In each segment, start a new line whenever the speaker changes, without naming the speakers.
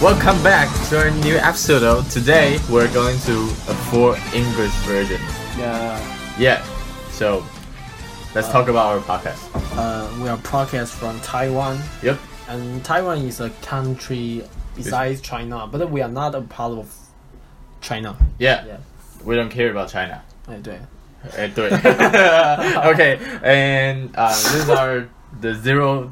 Welcome back to our new episode. Though. Today we're going to a full English version.
Yeah,
Yeah. So let's talk about our podcast.
uh, we are podcast from Taiwan,
Yep.
and Taiwan is a country besides China, but we are not a part of China.
Yeah.
Yeah.
We don't care about China.
哎，对，
Eh, do it. okay. And uh, this is our the zero,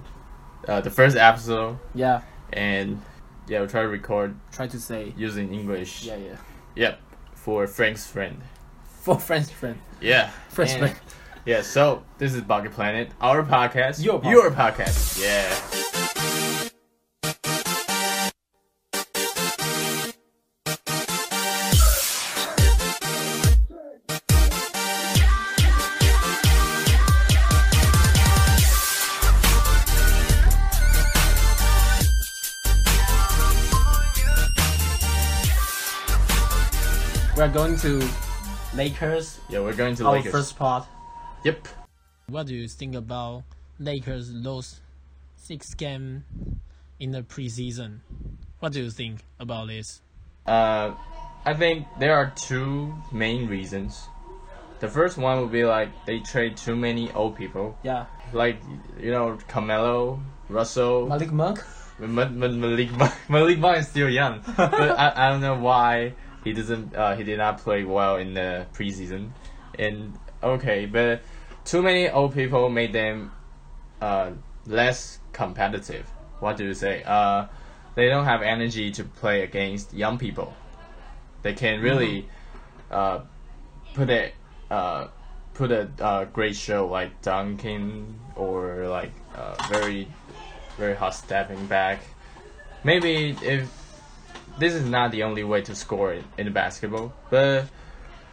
uh, the first episode,
Yeah,
and yeah, we try to record
try to say
using English.
yeah, yeah.
Yep. For Frank's friend.
For French friend,
Yeah.
French
And-
friend.
Yeah, so this is Bucket Planet, our podcast,
Your podcast.
your podcast. Yeah.
We are going to Lakers.
Yeah, we're going to
Our
Lakers.
first part.
Yep.
What do you think about Lakers lost six game in the preseason? What do you think about this?
Uh, I think there are two main reasons. The first one would be like they trade too many old people,
Yeah,
like you know Carmelo, Russell,
Malik Monk.
Ma- Ma- Malik Monk. Malik Monk is still young, but I, I don't know why he doesn't. Uh, he did not play well in the preseason, and okay, but too many old people made them uh, less competitive. What do you say? Uh, they don't have energy to play against young people. They can really uh, put a uh, put a uh, great show like dunking or like uh, very very hard stepping back. Maybe if this is not the only way to score in, in basketball, but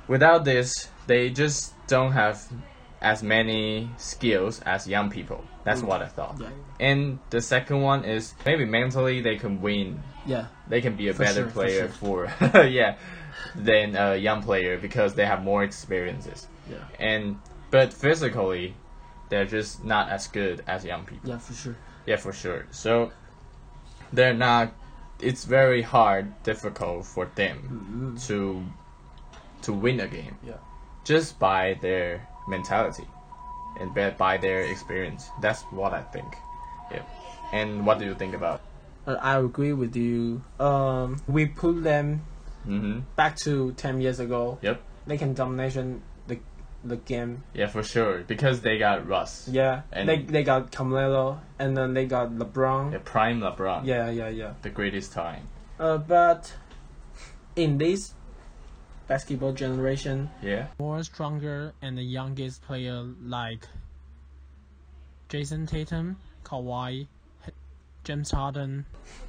without this, they just don't have as many skills as young people. That's what I thought.
Yeah.
And the second one is maybe mentally they can win.
Yeah,
They can be a
For
better
sure, for
player for, yeah than a young player because they have more experiences.
yeah,
And but physically, they're just not as good as young people.
yeah, for sure.
Yeah, for sure. So they're not. It's very hard, difficult for them to to win a game
Mm-hmm. Yeah.
just by their mentality and by- by their experience. That's what I think. Yeah. And what do you think about?
Uh, I agree with you. Um, we put them
Mm-hmm.
back to ten years ago.
Yep.
They can domination the the game.
Yeah, for sure. Because they got Russ.
Yeah,
And-
they they got Carmelo, and then they got LeBron.
Yeah, prime LeBron.
Yeah, yeah, yeah.
The greatest time.
Uh, but in this basketball generation,
Yeah.
more stronger and the youngest player like Jason Tatum, Kawhi, James Harden,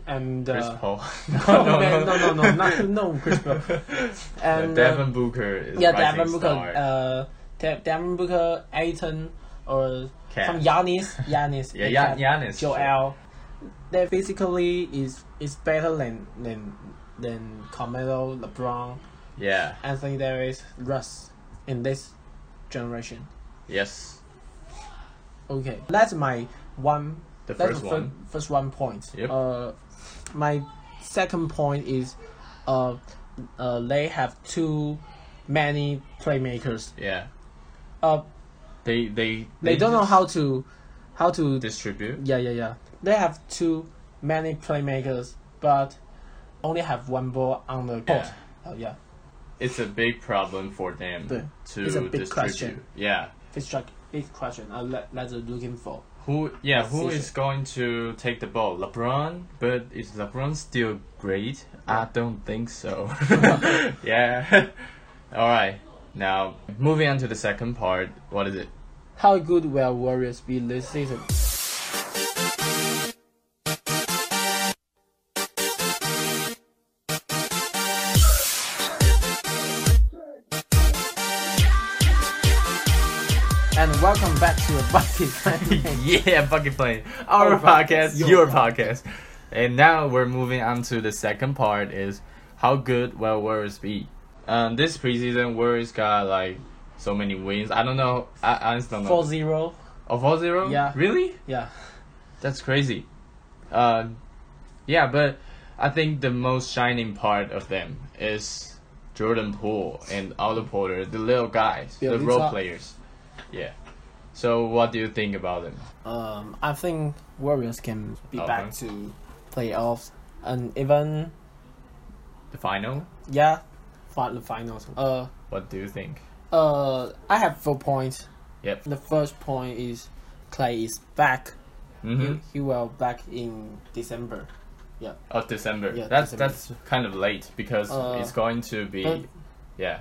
and uh,
Chris Paul.
Oh, man, no, no, no, not, no, Chris Paul.
Yeah,
And uh,
Devin Booker is
Yeah,
rising
Devin Booker,
star.
uh, De- Devin Booker, Aiton, or
Cat.
some Giannis, Giannis,
Yeah,
they
Gian-
have
Giannis,
Joel. They physically is is better than than than Carmelo, LeBron,
yeah.
Anthony Davis, Russ in this generation.
Yes.
Okay, that's my one.
The
that's
first
the fir-
one.
first one point.
Yep.
Uh, my second point is, uh, uh, they have too many playmakers.
Yeah.
Uh,
They they
they don't know
just
how to how to
distribute.
yeah yeah yeah they have too many playmakers but only have one ball on the court
Yeah.
oh yeah
It's a big problem for them
Yeah.
to
It's a big
distribute.
question.
Yeah.
it's like big question uh, that, that's what looking for
Who yeah, who
Decision.
is going to take the ball? LeBron? But is LeBron still great? I don't think so. yeah. Alright. Now moving on to the second part, what is it?
how good will warriors be this season And welcome back to the Bucket Time.
yeah, fucking playing. Our,
Our
podcast,
podcast,
your,
your
podcast. And now we're moving on to the second part is how good will Warriors be? Um, this preseason Warriors got like so many wins. I don't know. I, I honestly don't know.
4-0.
Oh, four zero.
Yeah.
Really?
Yeah.
That's crazy. Uh, yeah, but I think the most shining part of them is Jordan Poole and Otto Porter, the little guys,
Yeah,
the
these
role
are-
players. Yeah. So what do you think about them?
Um, I think Warriors can be
Okay.
back to playoffs and even
The final?
yeah, for the finals. Uh,
What do you think?
uh, I have four points.
Yep.
The first point is Clay is back.
Mm-hmm.
He, he will back in December.
Of December.
Yeah,
that's
December.
that's kind of late because
Uh,
it's going to be
But
yeah.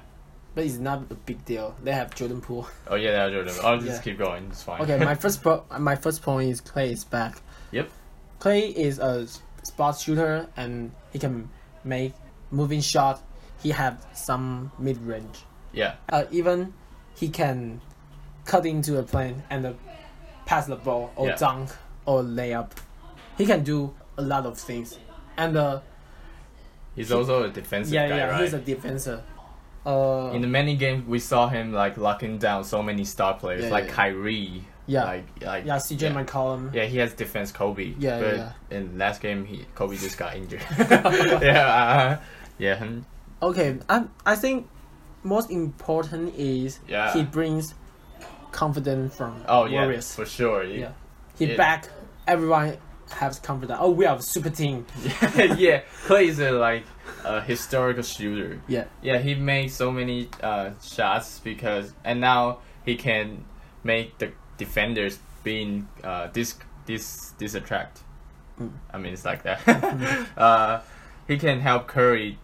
but it's not a big deal. They have Jordan Poole.
Oh yeah, that's Jordan. I'll just
Yeah.
keep going. It's fine.
Okay, my first pro- my first point is Clay is back.
Yep.
Clay is a s- spot shooter and he can make moving shot. He have some mid range.
yeah.
Uh, even he can cut into a plane and uh, pass the ball or
Yeah.
dunk or layup. He can do a lot of things. And uh,
He's also a defensive
yeah,
guy,
yeah,
right?
he's a defender. Uh,
In the many games, we saw him like locking down so many star players,
Yeah,
like
yeah.
Kyrie.
Yeah.
Like, like
yeah, CJ McCollum.
Yeah, he has defense Kobe.
Yeah,
but
yeah,
In last game, he Kobe just got injured. yeah, uh, yeah, hmm,
Okay, I I think most important is
Yeah.
he brings confidence from
Oh yeah,
Warriors.
for sure.
Yeah. He
Yeah.
back everyone has confidence. Oh, we are a super team.
yeah. Clay is a, like a historical shooter.
Yeah.
Yeah, he made so many uh, shots because, and now he can make the defenders being uh, dis dis disattract.
Mm.
I mean, it's like that. uh, he can help Curry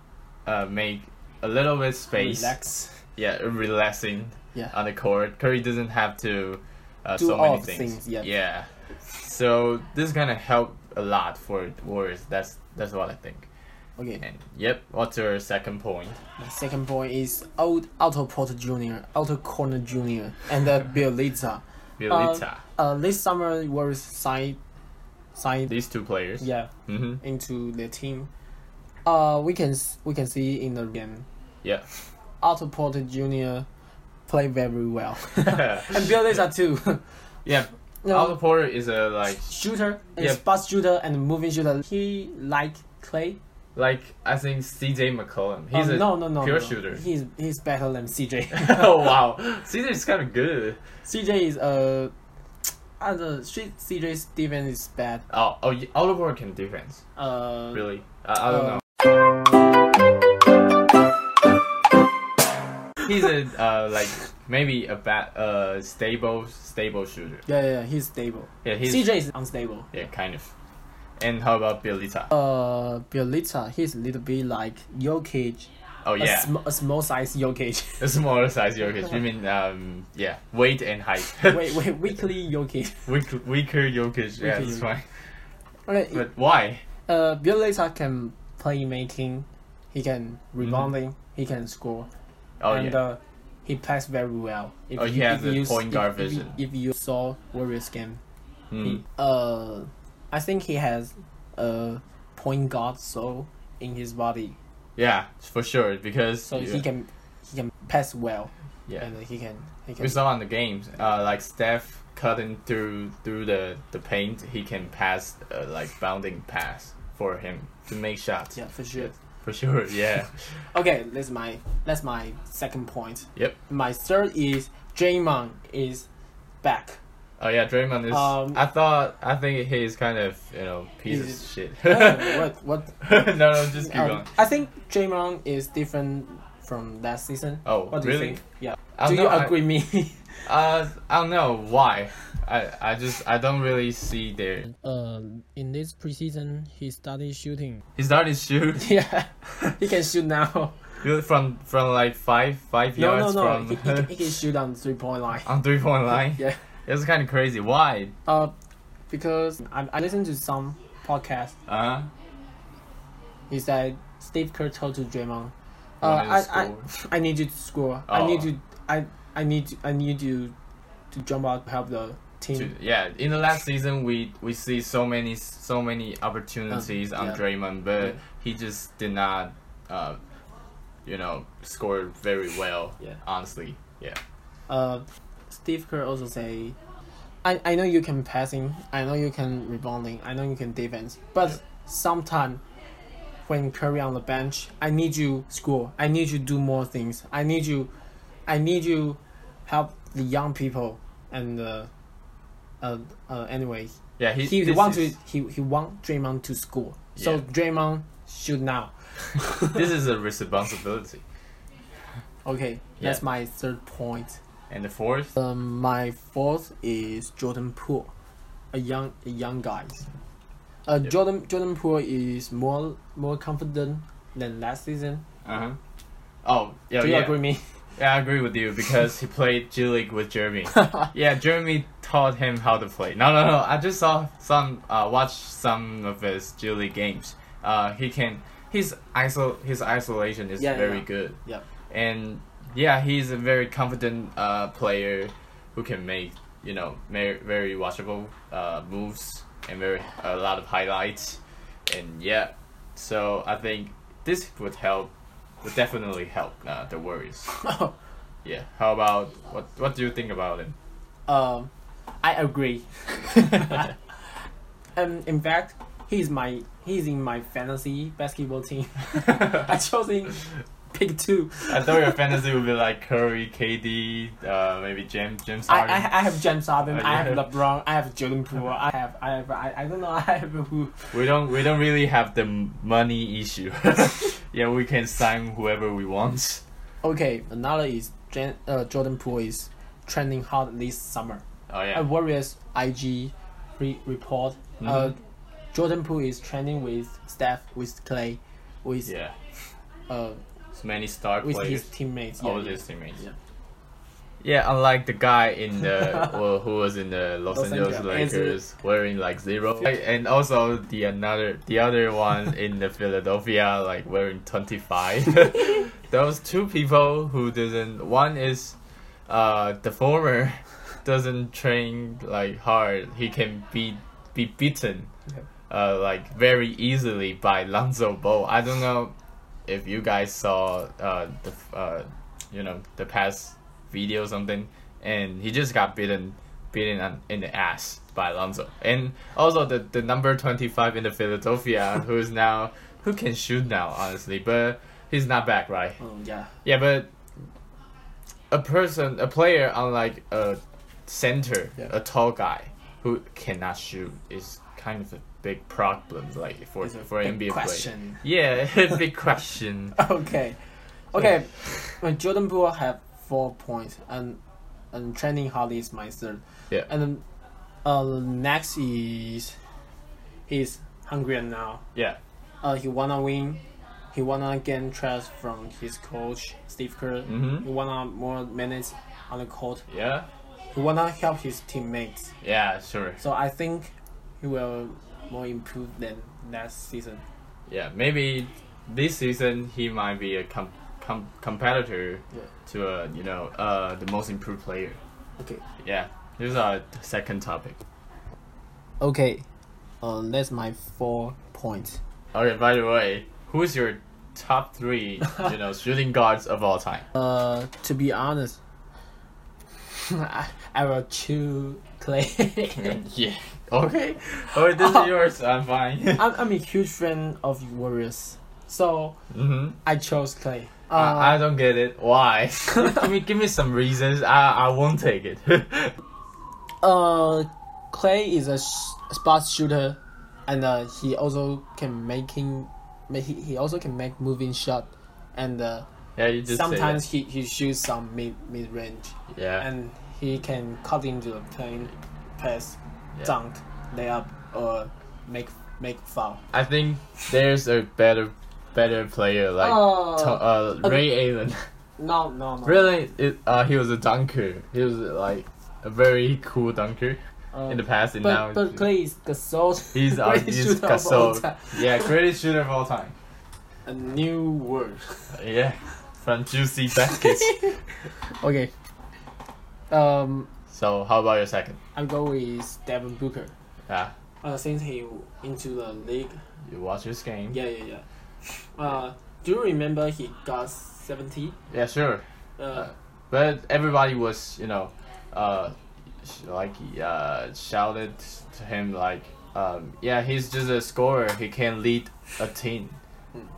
uh, make a little bit space.
Relax.
Yeah, relaxing.
Yeah.
on the court. Curry doesn't have to uh,
Do
so
all
many
the
things.
things, yeah.
Yeah. So this is gonna help a lot for the Warriors. That's that's what I think.
Okay.
And yep, what's your second point?
My second point is old Otto Porter Jr., Otto Corner Jr., and uh, Bill Lita.
Bielitsa.
Uh, this summer Warriors signed signed
These two players.
yeah
Mm-hmm.
into the team. Uh, we can s- we can see in the game
Yeah.
Otto Porter Jr. play very well, and Bill Lita too.
yeah.
No.
Otto Porter is a like
shooter, and
Yeah.
spot shooter, and moving shooter. He like Clay.
like I think C.J. McCollum. He's
Uh,
a
no, no, no,
pure
no.
shooter.
He's he's better than CJ.
oh wow, C.J. is kind of good.
CJ is uh, uh the street CJ Steven is bad.
Oh oh, yeah, Otto Porter can defense.
Uh,
Really, I, I don't
Uh,
know. He's a uh, like maybe a bad uh stable stable shooter.
yeah, yeah, he's stable.
Yeah, he's
CJ is unstable.
yeah kind of. And how about Bielitsa?
Uh, Bielitsa, he's a little bit like Jokic,
Oh
a,
yeah,
sm- a small size Jokic.
a smaller size Jokic. You mean um yeah weight and height.
wait, wait, weekly Jokic.
Weak, weaker Jokic. Yeah,
Weaker
that's
Jokic.
fine.
Okay,
But why?
uh, Bielitsa can play making, he can rebounding, he can score.
Mm-hmm. Oh
and
yeah.
uh, he plays very well. If
Oh, he has a point
if-
guard
if you-
vision.
If, you saw Warriors game,
Hmm.
he, uh, I think he has a point guard soul in his body,
Yeah, for sure because
so
yeah,
he can he can pass well
yeah.
and he can he
We
can.
saw on the games, uh, like Steph cutting through through the, the paint, he can pass uh, like bounding pass for him to make shots.
Yeah, for sure.
For sure, yeah.
Okay, that's my that's my second point.
Yep.
My third is Draymond is back.
oh yeah, Draymond is.
Um,
I thought I think he is kind of you know piece
He's-
of shit.
Uh, what what?
no, no, just keep
um,
going.
I think Draymond is different from last season.
Oh,
What do
really?
you think? Yeah.
I
do
don't
you
know, I-
agree me?
Uh, I don't know why. I I just I don't really see there.
Uh, in this preseason, he started shooting.
He started shoot
Yeah, he can shoot now.
from from like five five
No, no,
yards
no.
from Ah.
He, he, can- he can shoot on three point line.
on three point line.
Yeah.
It's kind of crazy. Why?
Uh, because I, I listened to some podcast.
Uh huh.
He said Steve Kerr told to Draymond, uh,
Wanted to
I, I,
score.
I need you to score. I need
Oh.
to I I need to, I need you to jump out to help the team.
to- yeah, in the last season we we see so many so many opportunities on
Um, yeah.
Draymond, but
Yeah.
he just did not, uh, you know, score very well.
Yeah.
honestly, yeah,
Uh, Steve Kerr also say, I, I know you can passing, I know you can rebounding, I know you can defense, but
Yeah.
sometimes when Curry on the bench, I need you score. I need you do more things. I need you, I need you, help the young people. And uh, uh, uh anyway,
Yeah, he,
he
this
want
is-
to he he want Draymond to score. So
Yeah.
Draymond shoot now.
this is a responsibility.
Okay, that's
Yeah.
my third point.
And the fourth,
Um, my fourth is Jordan Poole, a young a young guy. Uh,
Yep.
Jordan Jordan Poole is more more confident than last season.
uh huh. Oh, yeah,
Uh-huh. Do you
yeah.
agree me?
Yeah, I agree with you because he played G League with Jeremy. yeah, Jeremy taught him how to play. No, no, no. I just saw some, uh, watched some of his G League games. Uh, he can. His iso his isolation is
Yeah,
very
yeah.
good.
Yeah.
And yeah, he's a very confident uh, player who can make you know very very watchable uh, moves and very a lot of highlights. And yeah, so I think this would help. Would definitely help uh, the Warriors. Yeah. How about what? What do you think about it?
Um, I agree. um, in fact, he's my he's in my fantasy basketball team. I chose him pick two.
I thought your fantasy would be like Curry, KD, uh, maybe James James
I,
Harden.
I, I have James Harden,
Oh,
I
yeah.
have LeBron, I have Jordan Poole, I have I have I, I don't know I have who.
we don't we don't really have the money issue. yeah, we can sign whoever we want.
Okay, another is Jan, uh, Jordan Poole is trending hard this summer.
Oh
A
yeah.
Warriors IG re- report. Uh,
Mhm.
Jordan Poole is trending with Steph, with Clay, with
Yeah.
uh,
So many star
with
players.
his teammates.
all
yeah,
his teammates.
Yeah.
Yeah, unlike the guy in the well, who was in the Los,
Los
Angeles
Angeles.
Lakers wearing like zero, and also the another the other one in the Philadelphia like wearing twenty five. Those two people who doesn't one is, uh, the former doesn't train like hard. He can be be beaten,
Yeah.
uh, like very easily by Lonzo Ball. I don't know if you guys saw uh the f- uh you know the past video or something, and he just got beaten beaten on, in the ass by Lonzo, and also the the number twenty five in the Philadelphia who is now who can shoot now honestly, but he's not back right.
yeah. Um, yeah.
Yeah, but a person, a player, unlike a center,
Yeah.
a tall guy who cannot shoot, is kind of a big problem, like for
It's a
for
big
an NBA
question.
player. Yeah, big question.
Okay, okay. When Jordan Poole have four points, and and trending hard is my third.
Yeah.
And then, uh, next is he's hungrier now.
Yeah,
Uh, he wanna win. He wanna gain trust from his coach Steve Kerr.
Mhm.
He wanna more minutes on the court.
yeah,
He wanna help his teammates.
yeah. Sure.
So I think he will more improve than last season.
Yeah, maybe this season he might be a com- com- competitor
Yeah.
to uh, you know uh the most improved player.
Okay.
Yeah, this is our second topic.
Okay. Uh, that's my four points.
Okay, by the way, who's your top three, you know, shooting guards of all time?
Uh, to be honest, I, I will choose Clay.
yeah. Okay. Oh, this is yours. I'm fine.
I'm, I'm a huge fan of Warriors, so
hmm
I chose Clay. Uh,
I, I don't get it. Why? give me, give me some reasons. I, I won't take it.
uh, Clay is a sh- spot shooter, and uh, he also can making, ma- he, he also can make moving shot, and uh,
yeah, you just
sometimes
Say
he, he shoots some mid mid range,
that. Yeah.
and he can cut into the plane, pass,
Yeah.
dunk, layup, or make make foul.
I think there's a better, better player like
Oh.
to, uh, Ray Allen.
No, no, no.
really, it, uh, he was a dunker. He was like a very cool dunker
Uh,
in the past, and now
But, but Clay is Gasol.
He's our
greatest
he's
shooter of all
Gasol.
time.
Yeah, greatest shooter of all time.
A new word.
Yeah, from juicy baskets.
Okay. Um,
so how about your second?
I go with Devin Booker.
Ah,
Uh, since he into the league.
you watch this game.
Yeah, yeah, yeah. Uh, do you remember he got seventy?
Yeah, sure.
Uh,
But everybody was, you know, uh, sh- like uh, shouted to him like, um, yeah, he's just a scorer. He can lead a team.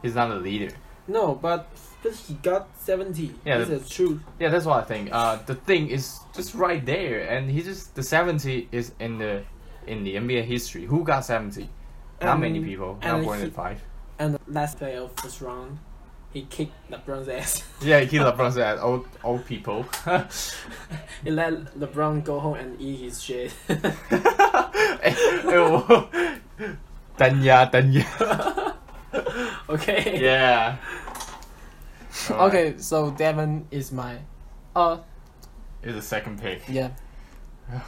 He's not the leader.
No, but but he got seventy.
Yeah,
this
the-
is true.
Yeah, that's what I think. Uh, the thing is just right there, and he just the seventy is in the in the NBA history. Who got seventy? Not many
And-
people. Not
and
more
he-
than five.
And the last play of first round, he kicked LeBron's ass.
Yeah, he LeBron's at old old people.
he let LeBron go home and eat his shit.
Danya, Danya.
okay.
Yeah. Alright,
Okay, so Devon is my, uh,
It's the second pick.
yeah,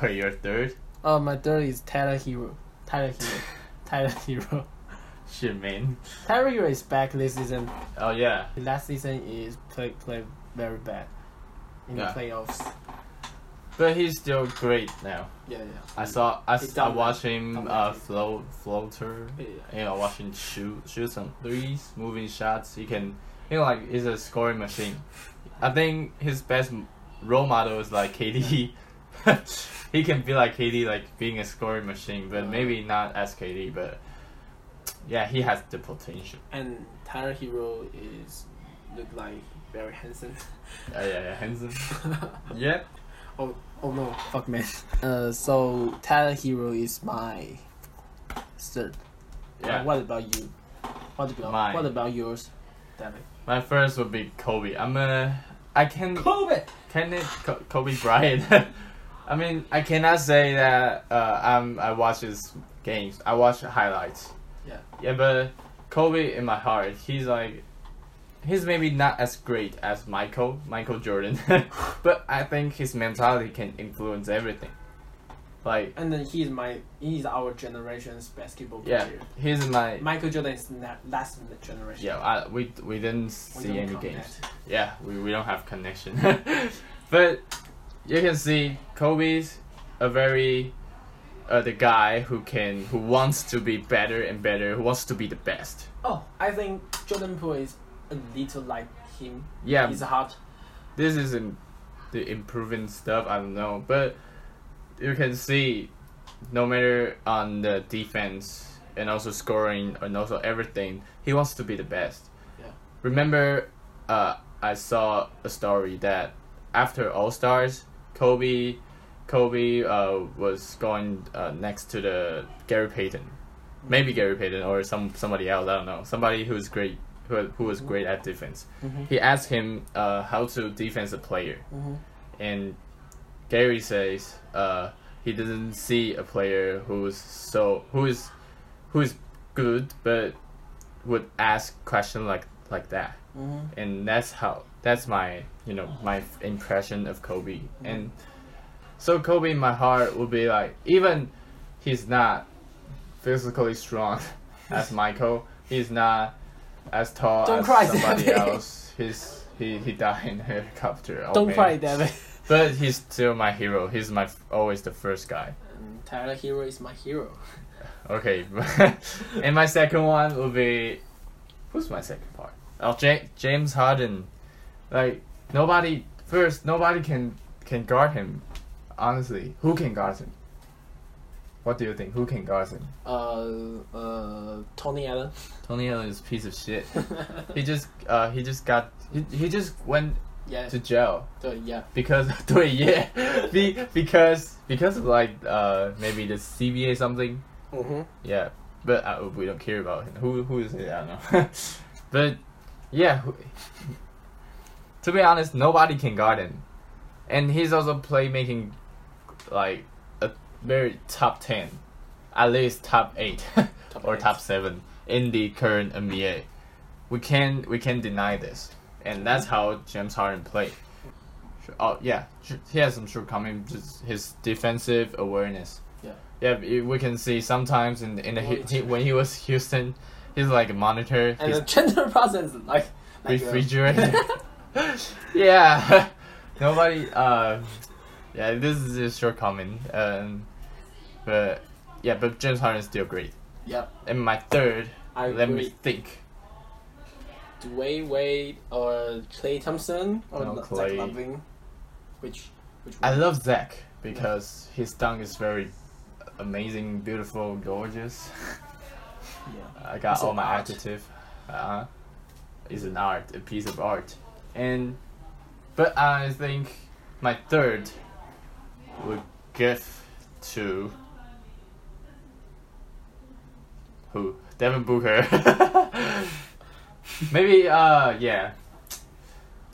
Your third.
uh, my third is Tyler Hero, Tyler Hero, Tyler Hero.
Shit, man.
Tyler Hero is back this season.
Oh yeah.
Last season is play play very bad in
Yeah.
the playoffs.
But he's still great now.
Yeah, yeah.
I saw I,
He
s- I watched him
dominated.
uh float floater.
Yeah.
You know, watching shoot shoot some threes, moving shots. He can, you know, like he's a scoring machine. I think his best m- role model is like KD. he can be like KD, like being a scoring machine, but maybe not as KD. But yeah, he has the potential.
And Tyler Hero is look like very handsome.
Yeah, yeah, yeah. Handsome. Yep.
Oh no, fuck man. Uh, so Tyler Hero is my third. Uh,
Yeah.
What about you? What about
Mine.
what about yours, Devin?
My first would be Kobe. I'm a. I can
Kobe.
can it Co- Kobe Bryant. I mean, I cannot say that uh, I'm I watch his games. I watch the highlights.
Yeah.
Yeah, but Kobe in my heart, he's like, he's maybe not as great as Michael Michael Jordan, but I think his mentality can influence everything. Like,
And then he's my he's our generation's basketball
yeah,
player.
he's my
Michael Jordan is na- last in the generation.
yeah. I, we we didn't
We
see
don't
any
count
games.
that.
yeah, we, we don't have connection. but you can see Kobe's a very uh, the guy who can who wants to be better and better, who wants to be the best.
Oh, I think Jordan Poole is a little like him.
Yeah,
He's hot.
this is in, the improving stuff. I don't know, but you can see no matter on the defense and also scoring and also everything, he wants to be the best.
Yeah.
Remember, uh, I saw a story that after All Stars, Kobe, Kobe uh, was going uh, next to the Gary Payton, maybe Gary Payton or some somebody else. I don't know. Somebody who's great, who who was great at defense.
Mhm.
He asked him uh, how to defense a player,
Mhm.
and Gary says uh, he doesn't see a player who's so who is who is good but would ask question like like that
Mhm.
and that's how that's my you know my f- impression of Kobe
Mm-hmm.
and so Kobe in my heart would be like even he's not physically strong as Michael he's not as tall
Don't
as
cry,
somebody
David.
else he's he, he died in a helicopter oh
Don't
man.
cry, Devin.
but he's still my hero he's my f- always the first guy
And Tyler Hero is my hero.
Okay, and my second one will be who's my second part? Oh, Ja- James Harden. Like nobody first, nobody can can guard him. Honestly, who can guard him? What do you think? Who can guard him?
Uh, uh, Tony Allen.
Tony Allen is a piece of shit. he just uh he just got he, he just went
yeah,
to jail
so, yeah.
because 对 yeah be, because because of like uh maybe the CBA something
Mm-hmm.
Yeah, but uh, we don't care about him. Who who is it? I don't know. but yeah, who- to be honest, nobody can guard him, and he's also playmaking like a very top ten, at least top eight or
eight.
top seven in the current NBA. We can we can deny this, and that's how James Harden played. Oh yeah, he has some shortcomings. Just his defensive awareness.
Yeah.
Yeah, we we can see sometimes in in the, he,
Monitor.
he- when he was Houston, he's like a monitor,
And
he's
the gender process is like, like uh,
refrigerator. yeah, nobody. Uh, yeah, this is a shortcoming. Um, but yeah, but James Harden is still great.
uh, yeah,
And my third,
I
let
agree.
me think.
Dwayne Wade or Clay Thompson or
No,
Zach
Klay.
Lavine? Which, which
I
one?
love Zach because his dunk is very amazing, beautiful, gorgeous.
yeah.
I got
It's
all
an
my
art.
adjective. uh, is an art, a piece of art. And but I think my third would give to who? Devin Booker. Maybe uh yeah.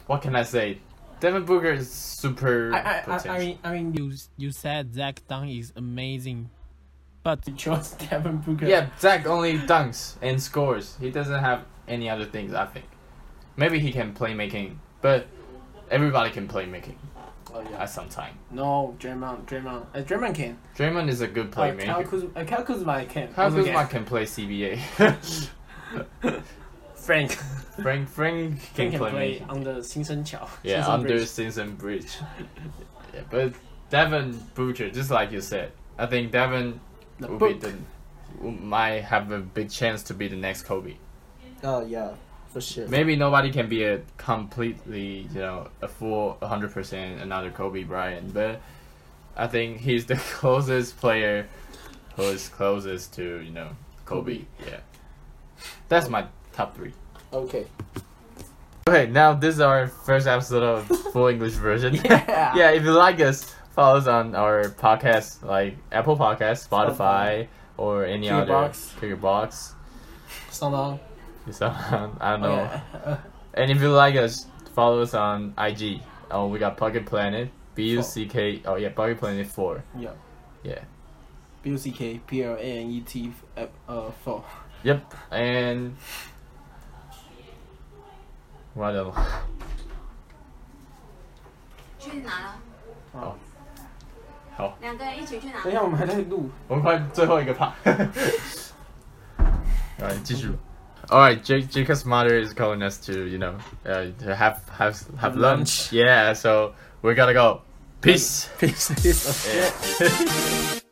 What can I say? Devin Booker is super
I, I, I,
potential.
I mean, I mean, you you said Zach Dunn is amazing, but
You chose Devin Booker.
Yeah, Zach only dunks and scores. He doesn't have any other things, I think. Maybe he can play making, but everybody can play making
Oh, yeah.
at some time.
No, Draymond, Draymond, uh, Draymond can.
Draymond is a good
Uh,
playmaker.
Kyle Kuz, uh, Kyle Kuzma can.
Kyle
Also
Kuzma
can.
can play CBA.
Frank
Frank Frank can,
can, can
play,
play
making.
under Xinsen Qiao.
yeah,
Xinsen
under
Bridge.
Stinson Bridge. yeah, but Devin Butcher, just like you said, I think Devin
the
will
book.
be the might have a big chance to be the next Kobe.
Oh yeah, for sure.
Maybe nobody can be a completely, you know, a full 100% another Kobe Bryant, but I think he's the closest player who is closest to, you know, Kobe. Yeah. That's my top three.
Okay.
Okay, now this is our first episode of full English version.
Yeah.
yeah, if you like us, follow us on our podcast like Apple Podcasts, Spotify, or any
Kick Your
other
Box.
Kick Your Box.
Somehow.
So, I don't know.
Oh, yeah. Uh,
And if you like us, follow us on IG. Oh, we got Pocket Planet, B U C K. Oh yeah, Pocket Planet Four.
yeah.
Yeah.
B U C K P L A N E T F- uh four.
Yep. And what else?
去哪了？
好 好
两个人一起去哪
等一？下，我们还在录。
我们快最后一个趴。Alright, Alright, Jake, Jacob's mother is calling us to, you know, uh, to have have have
Have
lunch.
lunch.
Yeah, so we gotta go. Peace.
Peace. Peace.
Yeah.